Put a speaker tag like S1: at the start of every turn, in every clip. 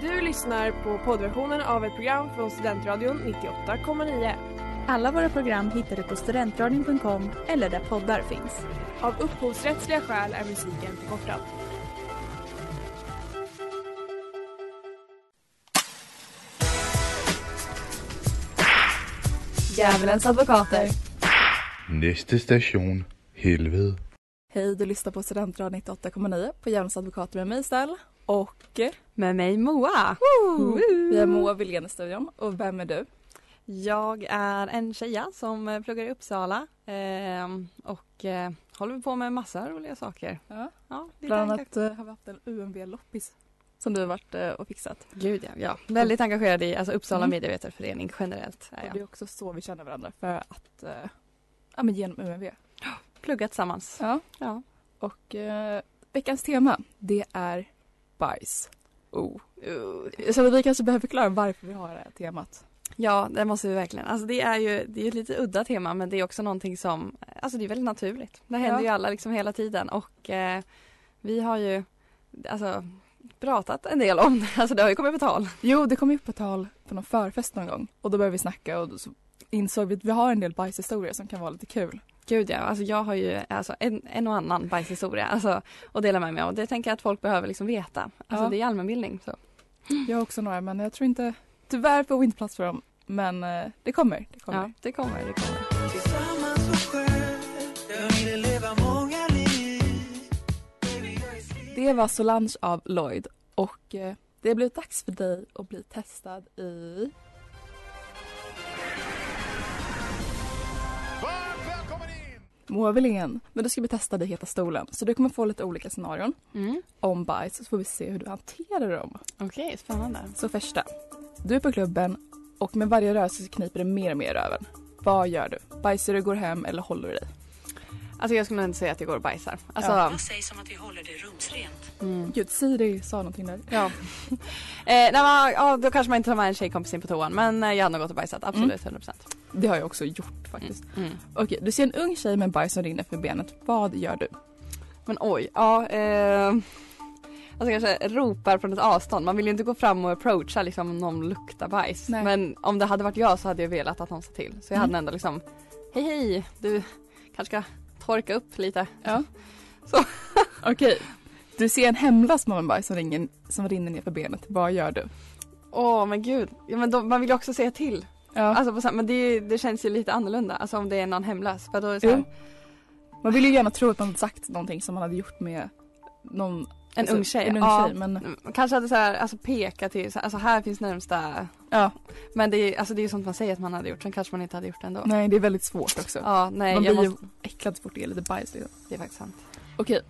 S1: Du lyssnar på poddversionen av ett program från Studentradion 98,9.
S2: Alla våra program hittar du på studentradion.com eller där poddar finns.
S1: Av upphovsrättsliga skäl är musiken förkortad.
S2: Djävulens advokater.
S3: Nästa station, helvede.
S2: Hej, du lyssnar på Studentradion 98,9 på Djävulens advokater med mig Estelle. Och
S4: Med mig Moa.
S2: vi har Moa Wilgren i studion. Och vem är du?
S4: Jag är en tjeja som eh, pluggar i Uppsala ehm, och eh, håller på med massa roliga saker.
S2: Ja.
S4: Ja, det är
S2: Bland
S4: tanke-
S2: annat eh, har vi haft en UMB-loppis som du har varit eh, och fixat.
S4: Gud ja, ja. Väldigt engagerad i alltså, Uppsala
S2: Mm.
S4: medievetarförening generellt. Är
S2: Och det är
S4: jag.
S2: också så vi känner varandra för att eh, ja, men genom UMB.
S4: Pluggat tillsammans.
S2: Ja.
S4: Ja.
S2: Och eh, veckans tema det är bajs. Oh. Så vi kanske behöver förklara varför vi har det här temat.
S4: Ja, det måste vi verkligen. Alltså det är ju det är ju ett lite udda tema men det är också någonting som, alltså det är väldigt naturligt. Det händer
S2: Ja.
S4: ju alla liksom hela tiden och eh, vi har ju alltså pratat en del om det. Alltså det har ju kommit på tal.
S2: Jo, det kom ju upp på tal på någon förfest någon gång och då började vi snacka och då så insåg vi att vi har en del bajshistorier som kan vara lite kul.
S4: Gud ja, alltså jag har ju alltså, en, en och annan bajshistoria alltså, att dela med mig av. Det tänker jag att folk behöver liksom veta. Alltså
S2: Ja.
S4: det är allmänbildning. Så.
S2: Jag har också några men jag tror inte, tyvärr får vi inte plats för dem. Men eh, det kommer, det kommer.
S4: Ja, det kommer, det kommer.
S5: Tillsammans och själv Jag ville leva många liv Baby, jag är slut
S2: Det var Solange av Lloyd och eh, det har blivit dags för dig att bli testad i... Moa Wilén. Men du ska bli testad i Heta stolen så du kommer få lite olika scenarion
S4: Mm.
S2: om bajs så får vi se hur du hanterar dem.
S4: Okej, spännande.
S2: Så första. Du är på klubben och med varje rörelse så kniper det mer och mer i röven. Vad gör du? Bajsar du, går hem eller håller du dig?
S4: Alltså jag skulle nog inte säga att jag går och bajsar. Alltså,
S6: Vad sägs om att vi håller det rumsrent?
S4: mm.
S2: Gud, Siri sa någonting där.
S4: Ja. eh, nej, men, ja, då kanske man inte tar med en tjejkompis in på toan men eh, jag hade nog gått och bajsat, absolut 100%.
S2: Det har jag också gjort faktiskt.
S4: Mm.
S2: Okej, du ser en ung tjej med en bajs som rinner för benet. Vad gör du?
S4: Men oj, ja. Eh, alltså kanske ropar från ett avstånd. Man vill ju inte gå fram och approacha liksom om någon luktar bajs.
S2: Nej.
S4: Men om det hade varit jag så hade jag velat att någon sa till. Så jag
S2: Mm.
S4: hade ändå liksom, hej hej, du kanske ska torka upp lite.
S2: Ja.
S4: Så.
S2: Okej. Du ser en hemlös mamma med bajs som, ringer, som rinner ner för benet. Vad gör du?
S4: Åh men gud, ja, men då, man vill ju också säga till.
S2: Ja.
S4: Alltså på, sam- men det, är ju- det känns ju lite annorlunda, alltså om det är någon hemlös. För då är det så
S2: Jo.
S4: här,
S2: Man vill ju gärna tro att man hade sagt någonting som man hade gjort med någon...
S4: en
S2: alltså,
S4: ung tjej.
S2: En ung
S4: ja.
S2: tjej men...
S4: Mm, Kanske hade så här, alltså peka till, så här, alltså här finns närmsta.
S2: Ja.
S4: Men det är ju alltså det är ju sånt man säger att man hade gjort, sen kanske man inte hade gjort det ändå.
S2: Nej, det är väldigt svårt också.
S4: Ja, nej,
S2: man
S4: jag
S2: blir
S4: måste...
S2: ju äcklad så fort det är lite bajs liksom.
S4: Det är faktiskt sant.
S2: Okej,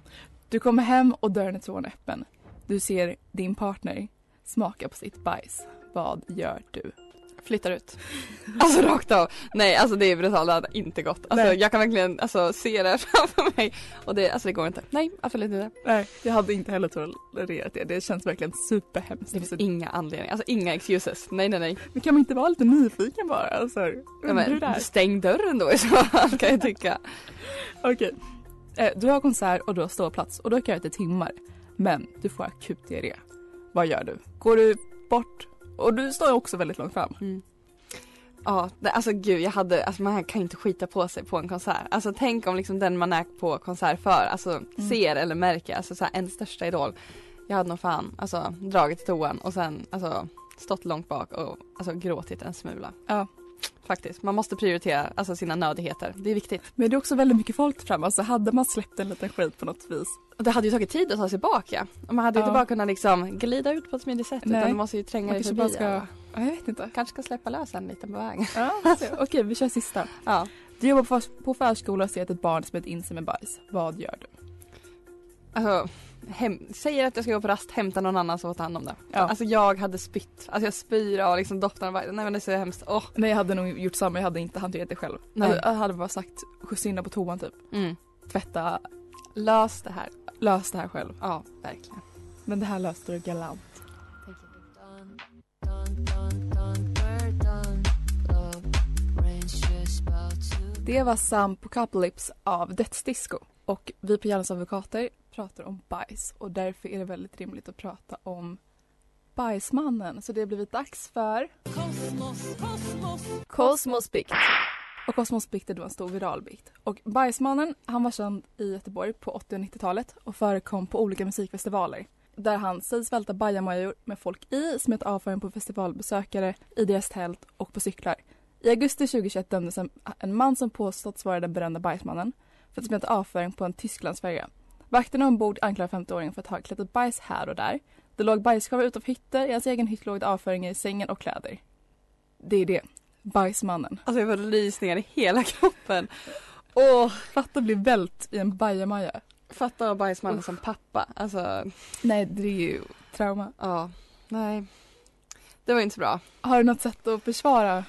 S2: du kommer hem och dörren är tvåan öppen. Du ser din partner smaka på sitt bajs. Vad gör du?
S4: Flyttar ut. Alltså rakt av. Nej, alltså det är brutalt. Det hade inte gått. Alltså
S2: Nej.
S4: jag kan verkligen alltså, se det här framför mig. Och det, alltså det går inte. Nej, absolut inte.
S2: Nej, jag hade inte heller tolererat det. Det känns verkligen superhemskt.
S4: Det finns inga anledningar, alltså inga excuses. Nej, nej, nej.
S2: Men kan man inte vara lite nyfiken bara? Alltså,
S4: Ja,
S2: undrar hur det
S4: men,
S2: är.
S4: stäng dörren då i så fall kan jag tycka.
S2: Okej. Eh, Du har konsert och du har ståplats och du har köat i timmar. Men du får akut diarré. Vad gör du? Går du bort? Och du står också väldigt långt fram.
S4: Ja, det, alltså gud jag hade, alltså man kan inte skita på sig på en konsert. Alltså tänk om liksom den man är på konsert för, alltså ser eller märker, alltså så här, en största idol. Jag hade nog fan, alltså dragit i toan och sen alltså stått långt bak och alltså gråtit en smula.
S2: Ja.
S4: Faktiskt, man måste prioritera alltså sina nödigheter, det är viktigt.
S2: Men det är också väldigt mycket folk fram. Alltså hade man släppt en liten skit på något vis.
S4: Och det hade ju tagit tid att ta sig tillbaka. Och man hade ju
S2: Ja.
S4: inte bara kunnat liksom glida ut på ett smidigt sätt
S2: Nej.
S4: utan man måste ju tränga
S2: Man
S4: sig
S2: kanske bara
S4: förbi.
S2: ska...
S4: alla.
S2: Ja, jag vet inte.
S4: kanske ska släppa lös en liten på vägen.
S2: Ja, så- Okej, vi kör sista.
S4: Ja.
S2: Du jobbar på, förs- på förskola och ser att ett barn smet in sig med bajs. Vad gör du?
S4: Alltså, hem, säger att jag ska gå på rast, hämta någon annan som får ta hand om det.
S2: Ja.
S4: Alltså jag hade spytt, alltså jag spyr av liksom doften av bajs. Nej men det är så hemskt. Åh.
S2: Nej, jag hade nog gjort samma. Jag hade inte hanterat det själv. Alltså,
S4: Nej.
S2: Jag, jag hade bara sagt skjutsa in det på toan typ.
S4: Mm.
S2: Tvätta,
S4: Lös det här.
S2: lös det här själv.
S4: Ja, verkligen.
S2: Men det här löste du galant. Det var Sam Pokapolyps av Dödsdisco. Och vi på Hjärnans advokater pratar om bajs och därför är det väldigt rimligt att prata om Bajsmannen så det har blivit dags för
S7: Kosmosbikt.
S2: Och Kosmosbikten var en stor viral bikt. Och Bajsmannen han var känd i Göteborg på 80 och 90-talet och förekom på olika musikfestivaler. Där han sägs välta bajamajor med folk i, smeta avföring på festivalbesökare, i deras tält och på cyklar. I augusti 2021 dömdes en, en man som påståtts vara den berömda Bajsmannen för att smeta avföring på en Tysklandsfärja. Vakterna ombord anklagar 50-åringen för att ha klätt ett bajs här och där. Det låg bajskorvar utanför hytter, i hans egen hytt låg det avföring i sängen och kläder. Det är det. Bajsmannen.
S4: Alltså jag får rysningar i hela kroppen.
S2: Åh, fatta bli vält i en bajamaja.
S4: Fatta bajsmannen som pappa. Alltså
S2: Nej, det är ju trauma.
S4: ja, nej. Det var inte så bra.
S2: Har du något sätt att försvara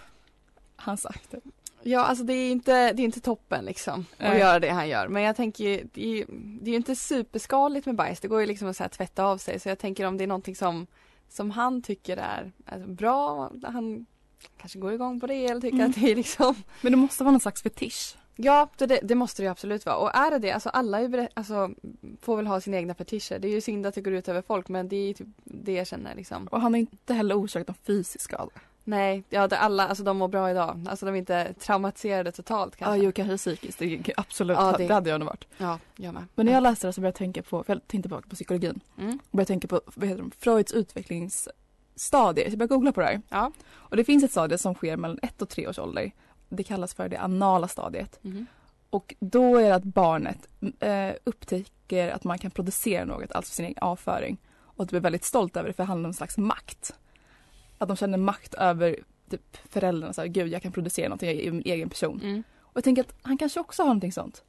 S2: hans akter?
S4: Ja alltså det är inte, det är inte toppen liksom att
S2: Nej.
S4: göra det han gör. Men jag tänker ju, det är ju det är ju inte superskadligt med bajs. Det går ju liksom att så här, tvätta av sig. Så jag tänker om det är någonting som, som han tycker är alltså, bra. Han kanske går igång på det eller tycker
S2: Mm.
S4: att det är liksom
S2: Men det måste vara någon slags fetisch.
S4: Ja, det- det, det måste det ju absolut vara. Och är det det, alltså alla är ju berä- alltså, får väl ha sina egna fetischer. Det är ju synd att det går ut över folk men det är ju typ det jag känner liksom.
S2: Och han har inte heller orsakat någon fysisk skada.
S4: Nej, ja det alla, alltså de mår bra idag. Alltså de är inte traumatiserade totalt
S2: Ja,
S4: kanske.
S2: jo, kanske psykiskt. Det, absolut,
S4: Ja, det-
S2: det... hade jag nog varit.
S4: Ja, jag med.
S2: Men när jag läste det så började jag tänka på, för jag tänkte tillbaka på psykologin.
S4: Mm.
S2: började tänka på vad heter de, Freuds utvecklingsstadier. Så jag började googla på det här.
S4: Ja.
S2: Och det finns ett stadie som sker mellan ett och tre års ålder. Det kallas för det anala stadiet.
S4: Mhm.
S2: Och då är det att barnet eh, upptäcker att man kan producera något, alltså sin egen avföring. Och att blir väldigt stolt över det för det handlar om en slags makt. Att de känner makt över typ, föräldrarna, så här, gud jag kan producera någonting, jag är min egen person.
S4: Mm.
S2: Och jag tänker att han kanske också har någonting sånt.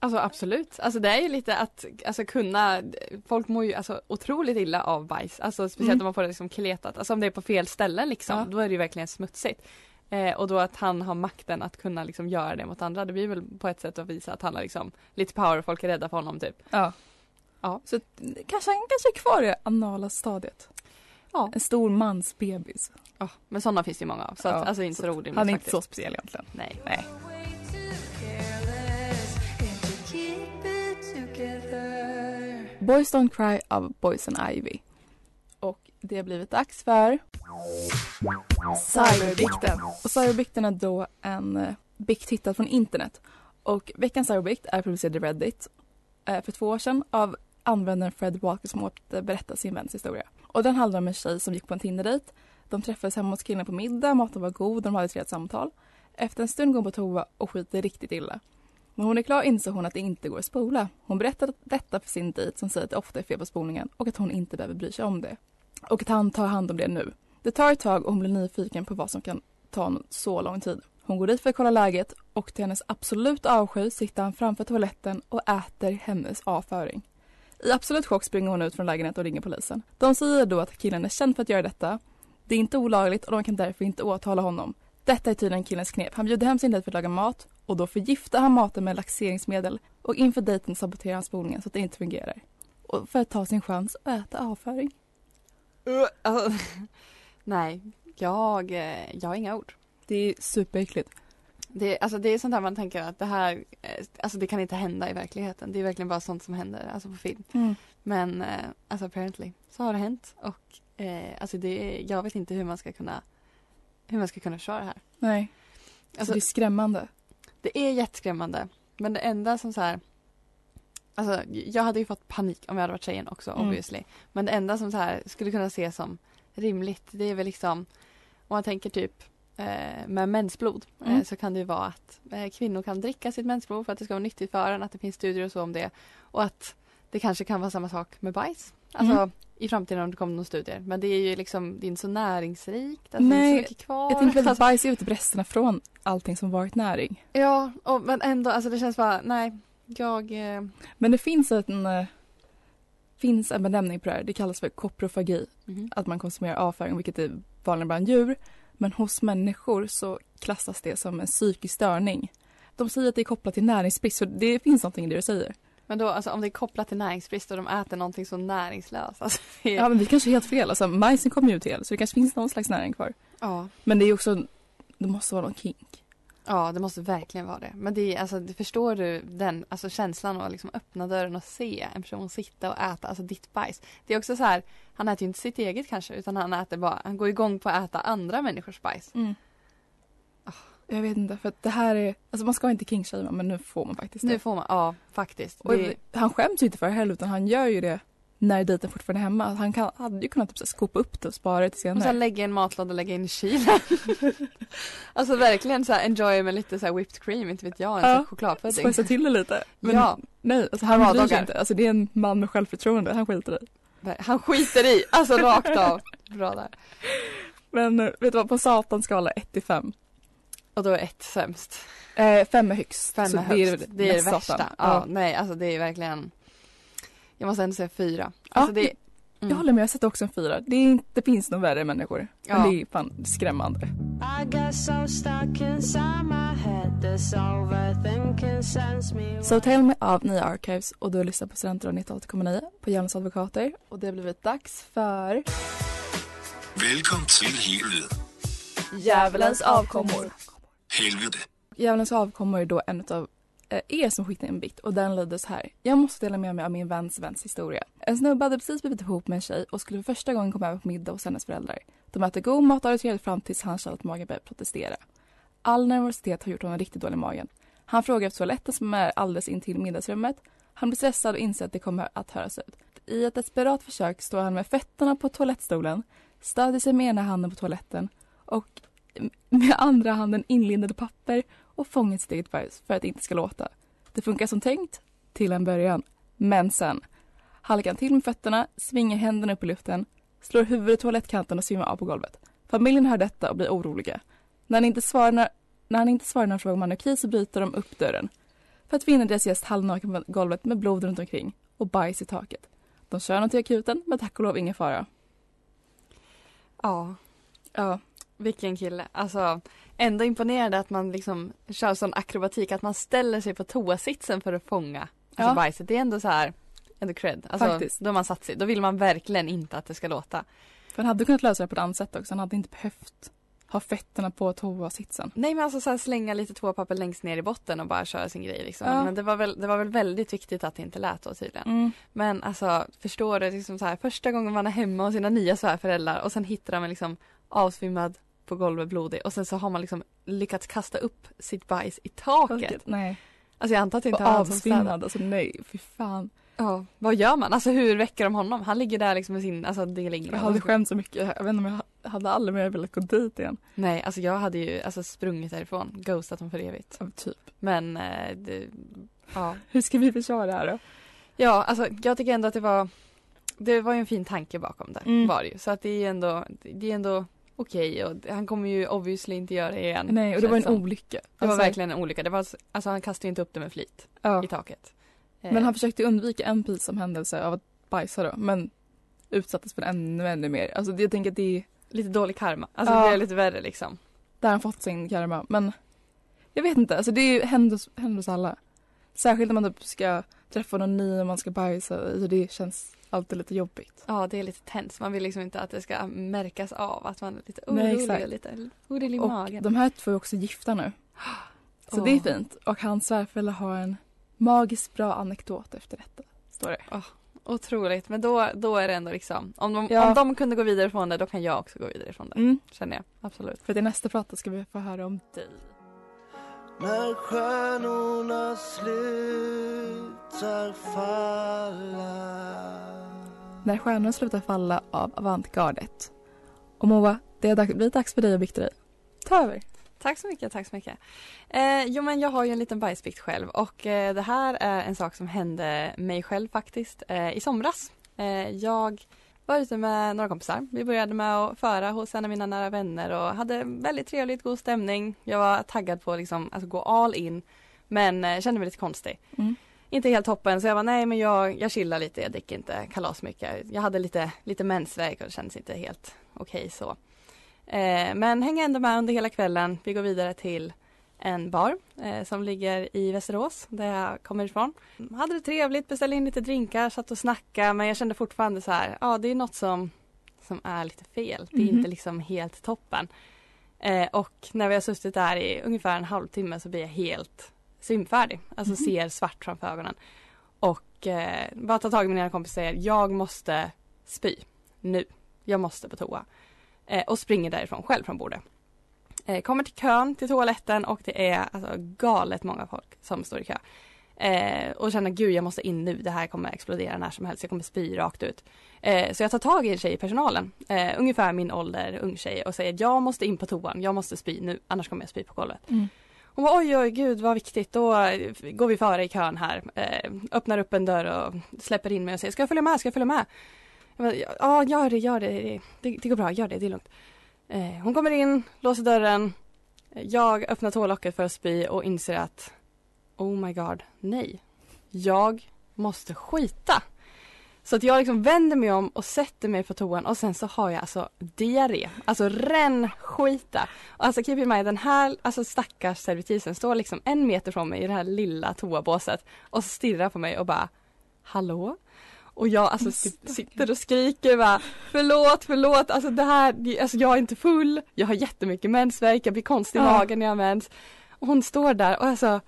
S4: Alltså absolut, alltså det är ju lite att alltså, kunna, folk mår ju alltså, otroligt illa av bajs, alltså speciellt
S2: Mm.
S4: om man får det liksom kletat, alltså om det är på fel ställen liksom,
S2: Ja.
S4: då är det ju verkligen smutsigt. Eh, och då att han har makten att kunna liksom göra det mot andra, det blir väl på ett sätt att visa att han har liksom lite power och folk är rädda för honom typ.
S2: Ja.
S4: Ja.
S2: Så att, kanske han kanske är kvar i det anala stadiet.
S4: Ja.
S2: En stor mans bebis.
S4: Ja, men sådana finns det ju många av, så att,
S2: Ja.
S4: alltså inte så roligt
S2: Han är inte
S4: faktiskt.
S2: så speciell egentligen.
S4: Nej.
S2: Nej. Boys Don't Cry av Boys and Ivy. Och det har blivit dags för Cyberbikten. Och Cyberbikten är då en eh, bikt hittad från internet. Och veckans cyberbikt är publicerad i Reddit eh, för två år sedan av användaren Fred Walker som återberättar sin väns historia. Och den handlar om en tjej som gick på en Tinder-dejt. De träffades hemma hos killen på middag, maten var god och de hade ett trevligt samtal. Efter en stund går hon på toa och skiter riktigt illa. När hon är klar inser hon att det inte går att spola. Hon berättar detta för sin dejt som säger att det ofta är fel på spolningen och att hon inte behöver bry sig om det. Och att han tar hand om det nu. Det tar ett tag och hon blir nyfiken på vad som kan ta hon så lång tid. Hon går dit för att kolla läget och till hennes absolut avsky sitter han framför toaletten och äter hennes avföring. I absolut chock springer hon ut från lägenheten och ringer polisen. De säger då att killen är känd för att göra detta. Det är inte olagligt och de kan därför inte åtala honom. Detta är tydligen killens knep. Han bjuder hem sin dejt för att laga mat och då förgiftar han maten med laxeringsmedel och inför dejten saboterar han spolningen så att det inte fungerar. Och för att ta sin chans att äta avföring.
S4: Uh, alltså, nej, jag, eh, jag har inga ord.
S2: Det är superäckligt.
S4: Det, alltså det är sånt där man tänker att det här, eh, alltså det kan inte hända i verkligheten. Det är verkligen bara sånt som händer, alltså på film. Men eh, alltså apparently så har det hänt och eh, alltså det, är- jag vet inte hur man ska kunna hur man ska kunna köra det här.
S2: Nej,
S4: Alltså,
S2: det är
S4: det...
S2: skrämmande.
S4: är jätteskrämmande men det enda som så här Alltså jag hade ju fått panik om jag hade varit tjejen också
S2: Mm.
S4: obviously. Men det enda som så här skulle kunna ses som rimligt det är väl liksom om man tänker typ eh, med mensblod
S2: Mm.
S4: eh, så kan det ju vara att eh, kvinnor kan dricka sitt mensblod för att det ska vara nyttigt för en, att det finns studier och så om det och att det kanske kan vara samma sak med bajs. Alltså
S2: Mm.
S4: i framtiden om det kommer några studier. Men det är ju liksom, det är inte så näringsrikt, alltså, det är
S2: Nej,
S4: inte så mycket kvar.
S2: Jag tänker väl att
S4: alltså,
S2: bajs är ute resterna från allting som varit näring.
S4: ja, och, men ändå, alltså det känns bara, nej, jag, eh,
S2: Men det finns en, eh, finns en benämning på det här. Det kallas för koprofagi.
S4: mhm.
S2: att man konsumerar avföring, vilket är vanligare bland djur. Men hos människor så klassas det som en psykisk störning. De säger att det är kopplat till näringsbrist, så det finns någonting i det du säger.
S4: Men då, alltså om det är kopplat till näringsbrist och de äter någonting så näringslöst, alltså, det är-
S2: Ja, men vi kanske är helt fel. Alltså, majsen kommer ju ut hel, så det kanske finns någon slags näring kvar.
S4: ja.
S2: Men det är ju också, det måste vara någon kink.
S4: Ja, det måste verkligen vara det. Men det är, alltså, det förstår du den alltså, känslan av att liksom öppna dörren och se en person sitta och äta, alltså ditt bajs. Det är också så här, han äter ju inte sitt eget kanske, utan han äter bara, han går igång på att äta andra människors bajs.
S2: Mm. Ah, Jag vet inte, för att det här är, alltså man ska inte kingshamea men nu får man faktiskt
S4: Nu
S2: det.
S4: får man, ja faktiskt.
S2: Och
S4: Det,
S2: han skäms ju inte för det heller utan han gör ju det när dejten fortfarande är hemma. Han kan, hade ju kunnat typ så här skopa upp det och spara det till
S4: och sen
S2: senare.
S4: lägga i en matlåda och lägga in i kylen. alltså verkligen så här enjoy med lite så här whipped cream, inte vet jag, en
S2: Ja,
S4: ja, chokladpudding.
S2: Spojsa till det lite. Men
S4: Ja,
S2: nej, alltså han bryr sig
S4: Vardagar.
S2: inte. Alltså det är en man med självförtroende, han skiter i.
S4: ver- han skiter i, alltså rakt av. Bra där.
S2: Men eh, vet du vad, på satans skala 1 till 5.
S4: Och då är ett sämst.
S2: Eh, 5 är högst.
S4: Fem
S2: så
S4: är högst. Det är, det
S2: mest
S4: värsta. Ja.
S2: satan. Ja.
S4: nej, alltså det är verkligen. Jag måste ändå säga fyra.
S2: Ja,
S4: Alltså det, mm.
S2: Jag håller med, jag sätter också en 4. Det, är inte- det finns nog värre människor.
S4: Ja.
S2: Men det är fan skrämmande.
S7: I got so stuck inside my head, this overthinking sends me.
S2: So Tell Me av Nya Archives och du lyssnar på Studentradion 98,9 på Djävulens advokater. Och det har blivit dags för
S8: Velkommen til helvede.
S2: Djävulens avkommor.
S8: Helvede.
S2: Djävulens avkommor är då en av er som skickade en bikt och den lyder så här. Jag måste dela med mig av min väns väns historia. En snubbe hade precis blivit ihop med en tjej och skulle för första gången komma över på middag hos hennes föräldrar. De äter god mat och har det trevligt fram tills han känner att magen börjar protestera. All nervositet har gjort honom riktigt dålig i magen. Han frågar efter toaletten som är alldeles intill middagsrummet. Han blir stressad och inser att det kommer att höras ut. I ett desperat försök står han med fötterna på toalettstolen, stödjer sig med ena handen på toaletten och med andra handen inlindade papper och fångat sitt eget bajs för att det inte ska låta. Det funkar som tänkt till en början, men sen halkar han till med fötterna, svingar händerna upp i luften, slår huvudet i toalettkanten och svimmar av på golvet. Familjen hör detta och blir oroliga. När han inte svarar när, när, han inte svarar när de frågar om han är okej så bryter de upp dörren för att finna deras gäst halvnaken på golvet med blod runt omkring och bajs i taket. De kör honom till akuten, men tack och lov ingen fara.
S4: ja,
S2: Ja,
S4: vilken kille. Alltså ändå imponerande att man liksom kör sån akrobatik att man ställer sig på toasitsen för att fånga alltså
S2: Ja.
S4: bajset. Det är ändå så här, ändå cred. Alltså,
S2: Faktiskt.
S4: Då har man satt sig, då vill man verkligen inte att det ska låta.
S2: för han hade kunnat lösa det på ett annat sätt också. Han hade inte behövt ha fötterna på toasitsen.
S4: Nej men alltså så här, slänga lite toapapper längst ner i botten och bara köra sin grej liksom.
S2: Ja.
S4: Men det var, väl, det var väl väldigt viktigt att det inte lät då tydligen. Men alltså förstår du liksom så här första gången man är hemma hos sina nya svärföräldrar och sen hittar man liksom avsvimmad på golvet blodig och sen så har man liksom lyckats kasta upp sitt bajs i taket.
S2: Nej.
S4: Alltså jag antar att det
S2: Och
S4: inte har han som städat.
S2: avsvimmad, alltså nej, fy fan.
S4: Ja, vad gör man? Alltså hur väcker de honom? Han ligger där liksom med sin, alltså det ligger
S2: Jag hade skämt så mycket, jag vet inte om jag ha- hade aldrig mer velat gå dit igen.
S4: Nej, alltså jag hade ju alltså sprungit därifrån, ghostat dem för evigt.
S2: Ja, Typ.
S4: Men eh, det, ja.
S2: Hur ska vi försvara det här då?
S4: Ja, alltså jag tycker ändå att det var Det var ju en fin tanke bakom det,
S2: Mm.
S4: var det ju. Så att det är ju ändå Det är ändå okej och han kommer ju obviously inte göra det igen.
S2: Nej, och det
S4: Mm, känns
S2: var en
S4: som.
S2: olycka.
S4: Det var
S2: Alltså,
S4: verkligen en olycka. Det var, alltså han kastade ju inte upp det med flit
S2: Ja.
S4: i taket. Eh,
S2: Men han försökte undvika en pinsam händelse av att bajsa då, men utsattes för ännu, ännu mer. Alltså jag tänker att det är
S4: Lite dålig karma. Alltså
S2: Ja.
S4: det blev lite värre liksom.
S2: där han fått sin karma, men jag vet inte, alltså det är ju- händer, hos- händer hos alla. Särskilt när man typ ska träffa någon ny och man ska bajsa, alltså det känns alltid lite jobbigt.
S4: Ja, det är lite tens. Man vill liksom inte att det ska märkas av att man är lite
S2: Nej,
S4: orolig
S2: exakt.
S4: och lite orolig i
S2: Och
S4: magen.
S2: de här två är också gifta nu. Så det är
S4: Åh.
S2: fint. Och hans svärföräldrar har en magiskt bra anekdot efter detta. Står det.
S4: Otroligt. Men då, då är det ändå liksom om de,
S2: Ja.
S4: om de kunde gå vidare från det då kan jag också gå vidare från det.
S2: Mm.
S4: Känner jag. Absolut.
S2: För att i nästa prata ska vi få höra om dig.
S5: När stjärnorna slutar falla
S2: När stjärnorna slutar falla av Avantgardet. Och Moa, det har dag- blivit dags för dig att bikta dig. Ta över.
S4: Tack så mycket, tack så mycket. Eh, jo men jag har ju en liten bajsbikt själv och eh, det här är en sak som hände mig själv faktiskt eh, i somras. Eh, jag var ute med några kompisar. Vi började med att föra hos en av mina nära vänner och hade väldigt trevligt, god stämning. Jag var taggad på liksom, att gå all in men eh, kände mig lite konstig.
S2: Mm.
S4: Inte helt toppen så jag var nej men jag, jag chillar lite, jag dricker inte kalas mycket. Jag hade lite, lite mensvärk och det kändes inte helt okej så. Eh, men häng ändå med under hela kvällen. Vi går vidare till en bar eh, som ligger i Västerås där jag kommer ifrån. Hade det trevligt, beställde in lite drinkar, satt och snackade men jag kände fortfarande så här, ja det är något som, som är lite fel. Det är
S2: Mhm.
S4: inte liksom helt toppen. Eh, och när vi har suttit där i ungefär en halvtimme så blir jag helt simfärdig. Alltså ser svart framför ögonen. Och eh, bara tar tag i mina kompisar och säger jag måste spy nu. Jag måste på toa. Eh, och springer därifrån själv från bordet. Eh, kommer till kön till toaletten och det är alltså, galet många folk som står i kö. Eh, och känner gud jag måste in nu, det här kommer explodera när som helst, jag kommer spy rakt ut. Eh, så jag tar tag i en tjej i personalen, eh, ungefär min ålder, ung tjej och säger jag måste in på toan, jag måste spy nu, annars kommer jag spy på golvet.
S2: Mm.
S4: Hon var oj oj gud vad viktigt, då eh, går vi före i kön här. Eh, öppnar upp en dörr och släpper in mig och säger ska jag följa med, ska jag följa med? Jag bara, ja gör det, gör det, det, det, det går bra, gör det, det är lugnt. Eh, hon kommer in, låser dörren. Eh, Jag öppnar toalocket för att spy och inser att oh my god, nej. Jag måste skita. Så att jag liksom vänder mig om och sätter mig på toan och sen så har jag alltså diarré, alltså rännskita. Och Alltså keep in mind den här alltså stackars servitrisen står liksom en meter från mig i det här lilla toabåset och stirrar på mig och bara hallå? Och jag alltså typ sitter och skriker bara förlåt, förlåt, alltså det här, det- alltså jag är inte full, jag har jättemycket mensvärk, jag blir konstig i
S2: Ja.
S4: magen när jag har mens. Och hon står där och alltså,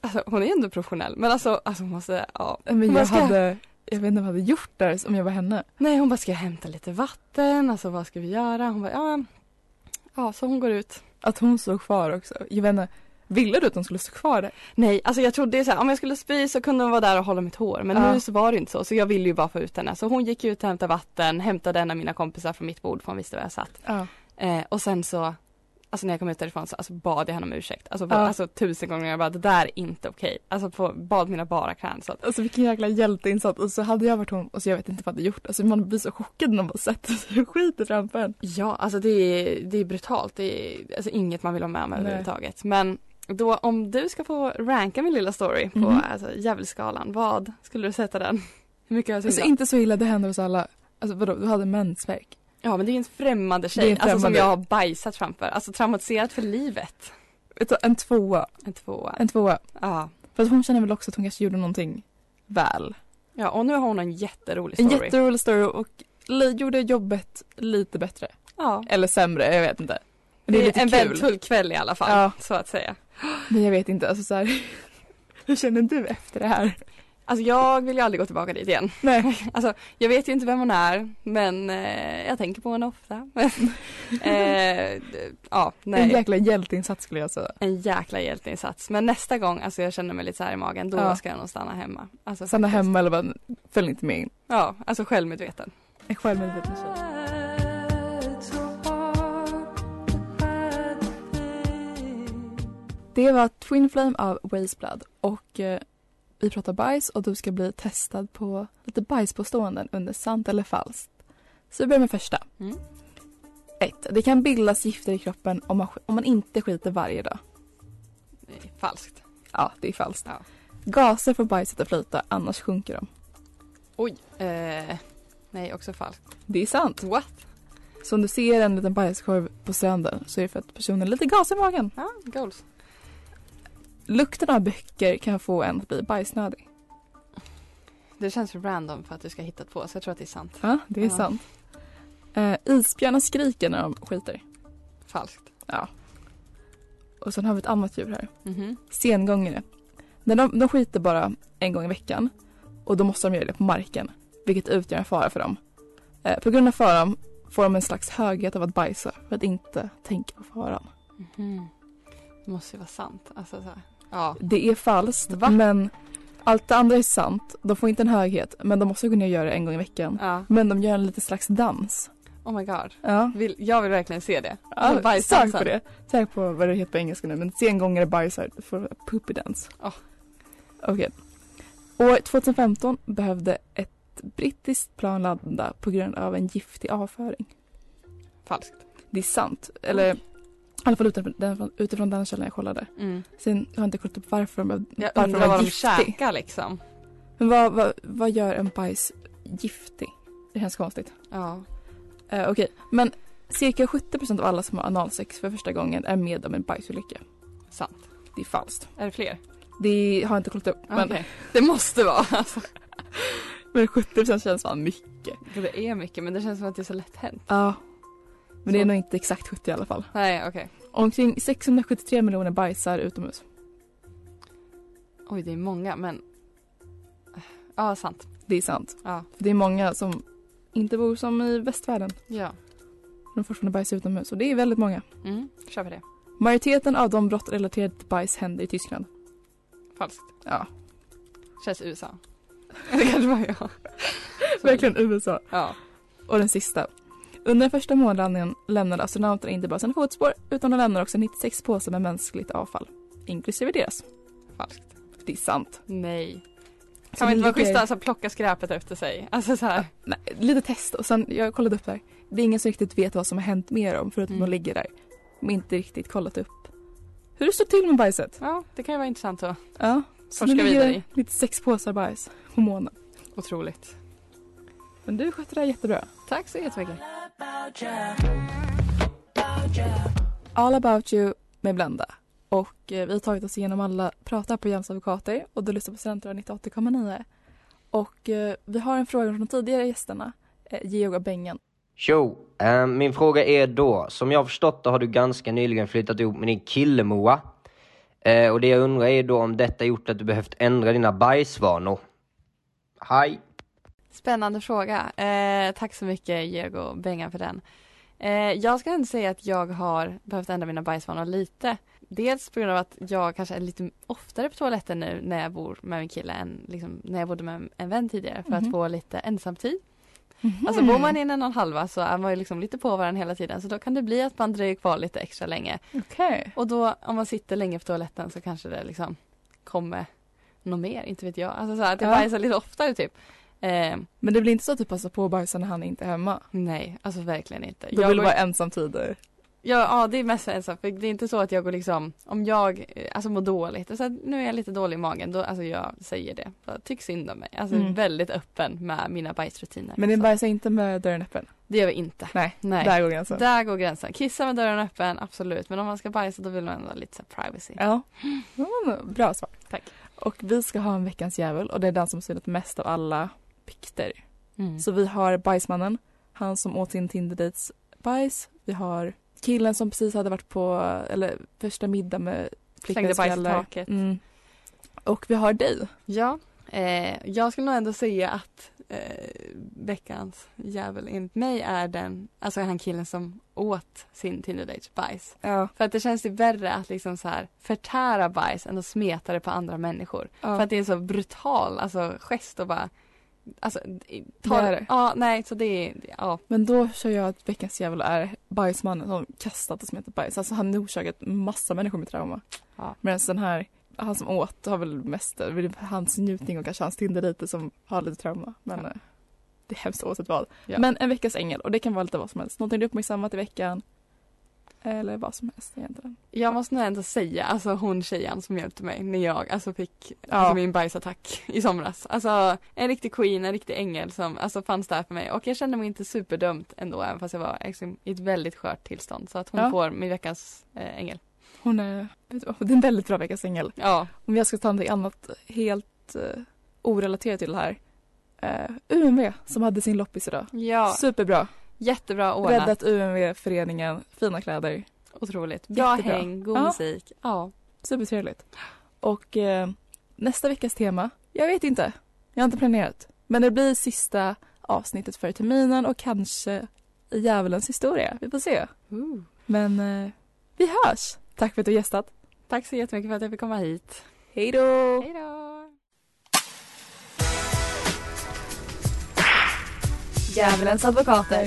S4: alltså hon är ändå professionell men alltså, alltså hon måste, ja.
S2: Men jag
S4: Vad ska jag-
S2: hade, jag vet inte vad jag hade gjort där om jag var henne.
S4: Nej hon bara ska jag hämta lite vatten, alltså vad ska vi göra? Hon bara ja, ja så hon går ut.
S2: Att hon stod kvar också. Jag vet inte, ville du att hon skulle stå kvar där?
S4: Nej, alltså jag trodde ju så här, om jag skulle spy så kunde hon vara där och hålla mitt hår. Men
S2: Ja.
S4: nu så var det inte så, så jag ville ju bara få ut henne. Så hon gick ut och hämtade vatten, hämtade en av mina kompisar från mitt bord för hon visste var jag satt.
S2: Ja.
S4: Eh, och sen så, alltså när jag kom ut därifrån så alltså, bad jag henne om ursäkt. Alltså, bara-
S2: Ja.
S4: alltså tusen gånger, jag bara det där är inte okej. Alltså på, bad mina bara knän. Så att,
S2: Alltså vilken jäkla hjälteinsats. Och så hade jag varit hon och så jag vet inte vad jag hade gjort. Alltså man blir så chockad när man bara sätter sig och skiter framför en.
S4: Ja, alltså det är, det är brutalt. Det är alltså inget man vill ha med om
S2: Nej.
S4: överhuvudtaget. Men då om du ska få ranka min lilla story på
S2: Mhm.
S4: alltså, djävulskalan, vad skulle du sätta den? Hur mycket har jag
S2: Alltså
S4: syndat?
S2: inte så illa det händer hos alla. Alltså vadå, du hade mensvärk.
S4: Ja, men det är en främmande tjej,
S2: Det är en
S4: Alltså, som
S2: främmande.
S4: jag har bajsat framför. Alltså traumatiserat för livet.
S2: Vet du, En tvåa.
S4: En tvåa.
S2: En tvåa.
S4: Ja.
S2: För att hon känner väl också att hon kanske gjorde någonting väl.
S4: ja, och nu har hon en jätterolig
S2: En
S4: story.
S2: jätterolig story och li- gjorde jobbet lite bättre.
S4: Ja.
S2: Eller sämre, jag vet inte. Men
S4: Det är,
S2: lite
S4: en
S2: kul.
S4: vändfull kväll i alla fall,
S2: Ja.
S4: så att säga.
S2: Men jag vet inte, alltså så här. Hur känner du efter det här?
S4: Alltså jag vill ju aldrig gå tillbaka dit igen.
S2: Nej.
S4: Alltså, jag vet ju inte vem hon är, men eh, jag tänker på henne ofta. eh, d- ja, nej. Alltså,
S2: En jäkla hjälteinsats skulle jag säga.
S4: En jäkla hjälteinsats. Men nästa gång, alltså jag känner mig lite så här i magen, då
S2: Ja.
S4: ska jag nog stanna hemma. Alltså,
S2: Stanna
S4: faktiskt.
S2: hemma eller bara, följ inte med in.
S4: Ja, alltså självmedveten.
S2: En självmedveten tjej. Det var Twin Flame av Waze Blood och eh, vi pratar bajs och du ska bli testad på lite bajspåståenden under sant eller falskt. Så vi börjar med första.
S4: Mm.
S2: 1. Det kan bildas gifter i kroppen om man, sk- om man inte skiter varje dag.
S4: Nej, Falskt.
S2: Ja, det är falskt.
S4: Ja.
S2: Gaser får bajset att flyta, annars sjunker de.
S4: Oj. Eh, nej, också falskt.
S2: Det är sant.
S4: What?
S2: Så om du ser en liten bajskorv på stranden så är det för att personen har lite gas i magen.
S4: Ja, goals.
S2: Lukten av böcker kan få en att bli bajsnödig.
S4: Det känns random för att du ska hitta på, så jag tror att det är sant.
S2: Ja, det är
S4: Ja.
S2: sant. Eh, isbjörnar skriker när de skiter.
S4: Falskt.
S2: Och sen har vi ett annat djur här.
S4: Mhm.
S2: Sengångare. När de, de skiter bara en gång i veckan och då måste de göra det på marken vilket utgör en fara för dem. Eh, på grund av faran får de en slags höghet av att bajsa för att inte tänka på faran.
S4: Mhm. Det måste ju vara sant. Alltså så här. Ja.
S2: Det är falskt men allt det andra är sant. De får inte en höghet men de måste kunna göra det en gång i veckan.
S4: ja.
S2: Men de gör en liten slags dans.
S4: Oh my god.
S2: Ja.
S4: Vill, jag vill verkligen se det. Alltså,
S2: Ja, sök
S4: bajsdansen.
S2: på det. Sök på vad det heter på engelska nu men sengångare bajsar för poopy dance.
S4: Åh.
S2: Okej. År 2015 behövde ett brittiskt plan landa på grund av en giftig avföring.
S4: Falskt.
S2: Det är sant. Eller i alla fall utifrån den, utifrån den källan jag kollade.
S4: Mm.
S2: Sen har jag inte kollat upp varför de, behövde-
S4: Jag
S2: varför
S4: undrar
S2: de var
S4: vad de
S2: giftig.
S4: käkar liksom.
S2: Men vad, vad, vad gör en bajs giftig? Det känns konstigt.
S4: Ja.
S2: Eh, Okej, men cirka 70 av alla som har analsex för första gången är med om en bajsolycka.
S4: Sant.
S2: Det är falskt.
S4: Är det fler?
S2: Det har jag inte kollat upp. Men,
S4: Okej. Det måste vara. Alltså.
S2: men 70 känns fan mycket.
S4: Det är mycket men det känns som att det är så lätt hänt.
S2: Ja. Men det är
S4: Så-
S2: nog inte exakt 70 i alla fall.
S4: Nej okej.
S2: Omkring 673 miljoner bajsar utomhus.
S4: Oj det är många men. Ja sant.
S2: Det är sant.
S4: Ja.
S2: För det är många som inte bor som i västvärlden.
S4: Ja.
S2: De fortfarande bajsar utomhus och det är väldigt många.
S4: Mm. Kör vi det.
S2: Majoriteten av de brott relaterade till bajs händer i Tyskland.
S4: Falskt.
S2: Ja,
S4: Känns USA. Det kanske var jag. Så-
S2: verkligen USA.
S4: Ja.
S2: Och den sista. Under den första månlandningen lämnade astronauter inte bara sina fotspår utan de lämnade också 96 påsar med mänskligt avfall. Inklusive deras.
S4: Falskt.
S2: Det är sant.
S4: Nej.
S2: Så
S4: Kan man
S2: det
S4: inte vara
S2: ligger-
S4: schyssta alltså plocka skräpet efter sig? Alltså så här.
S2: Nej, lite test och sen, jag kollade upp det här. Det är ingen som riktigt vet vad som har hänt med dem förutom
S4: Mm.
S2: att de ligger där. Men inte riktigt kollat upp hur det står till med bajset.
S4: Ja det kan ju vara intressant och
S2: Ja, så nu
S4: Forska
S2: ligger
S4: vidare i.
S2: det 96 påsar bajs på månen.
S4: otroligt.
S2: Men du skötte det här jättebra.
S4: Tack så jättemycket.
S2: All about you med Blenda. Och eh, vi har tagit oss igenom alla prata på Jams advokater och du lyssnar på Studentradion 98,9. Och eh, vi har en fråga från de tidigare gästerna, eh, Georg och Bengen.
S9: Jo, eh, min fråga är då, som jag har förstått det har du ganska nyligen flyttat ihop med din kille Moa. Eh, och det jag undrar är då om detta gjort att du behövt ändra dina bajsvanor. Hej!
S4: Spännande fråga. Eh, tack så mycket Diego Bengan för den. Eh, jag ska ändå säga att jag har behövt ändra mina bajsvanor lite. Dels på grund av att jag kanske är lite oftare på toaletten nu när jag bor med min kille än liksom, när jag bodde med en vän tidigare för
S2: Mhm.
S4: att få lite ensamtid. Alltså bor man i en och en halva så är man ju liksom lite på varandra hela tiden så då kan det bli att man dröjer kvar lite extra länge.
S2: Okej.
S4: Och då om man sitter länge på toaletten så kanske det liksom kommer något mer, inte vet jag. Alltså så här, att jag
S2: Ja.
S4: bajsar lite oftare typ. Eh,
S2: Men det blir inte så att du passar på att bajsa när han inte är hemma?
S4: Nej, alltså verkligen inte.
S2: Då vill du
S4: går,
S2: vara ensam tider.
S4: ja, ja, det är mest ensam. För det är inte så att jag går liksom, om jag eh, alltså, mår dåligt, så här, nu är jag lite dålig i magen, då, alltså jag säger det. Bara, Tyck synd om mig. Alltså
S2: Mm.
S4: väldigt öppen med mina bajsrutiner.
S2: Men ni
S4: Så
S2: bajsar inte med dörren öppen?
S4: det gör vi inte.
S2: Nej,
S4: Nej.
S2: där går gränsen.
S4: Där går gränsen. Kissa med dörren öppen, absolut. Men om man ska bajsa då vill man ändå ha lite så här privacy.
S2: Ja, Mm, bra svar.
S4: Tack.
S2: Och vi ska ha en veckans djävul och det är den som synat mest av alla pikter.
S4: Mm.
S2: Så vi har bajsmannen, han som åt sin Tinder-dates bajs. Vi har killen som precis hade varit på, eller första middag med
S4: Slängde
S2: flickans
S4: bajs i
S2: föräldrar.
S4: taket.
S2: Mm. Och vi har dig.
S4: Ja, eh, jag skulle nog ändå säga att eh, veckans djävul enligt mig är den, alltså han killen som åt sin Tinder date bajs.
S2: Ja.
S4: För att det känns ju värre att liksom så här förtära bajs än att smeta det på andra människor. För att det är en så brutal alltså, gest och bara Alltså, i- ta
S2: Det är det.
S4: Ja, nej, så det är, ja.
S2: Men då kör jag att veckans djävul är bajsmannen som kastat och smetat bajs. Alltså han har orsakat massa människor med trauma.
S4: Ja.
S2: Medan den här, han som åt har väl mest, det är hans njutning och kanske hans Tinder lite som har lite trauma. Men
S4: Ja.
S2: eh, det är hemskt oavsett vad.
S4: Ja.
S2: Men en veckas ängel och det kan vara lite vad som helst. Någonting du uppmärksammat i veckan. Eller vad som helst egentligen.
S4: Jag måste nog ändå säga, alltså hon tjejen som hjälpte mig när jag alltså fick
S2: Ja.
S4: alltså, min bajsattack i somras. Alltså en riktig queen, en riktig ängel som alltså fanns där för mig och jag kände mig inte superdumt ändå även fast jag var liksom, i ett väldigt skört tillstånd så att hon
S2: Ja.
S4: får min veckans eh, ängel.
S2: Hon är, vet du, vad, det är en väldigt bra veckas ängel.
S4: Ja,
S2: Om jag ska ta något annat helt eh, orelaterat till det här. Eh, UMV som hade sin loppis idag.
S4: ja.
S2: Superbra.
S4: jättebra ordnat.
S2: Räddat UMV-föreningen, fina kläder,
S4: Otroligt. Bra
S2: Jättebra.
S4: häng, god
S2: Ja.
S4: musik. Ja.
S2: supertrevligt. Och eh, nästa veckas tema, jag vet inte, jag har inte planerat. Men det blir sista avsnittet för terminen och kanske i djävulens historia, vi får se. Men eh, vi hörs! Tack för att du gästat.
S4: Tack så jättemycket för att jag fick komma hit.
S2: Hej då!
S4: Hej då!
S2: Djävulens advokater.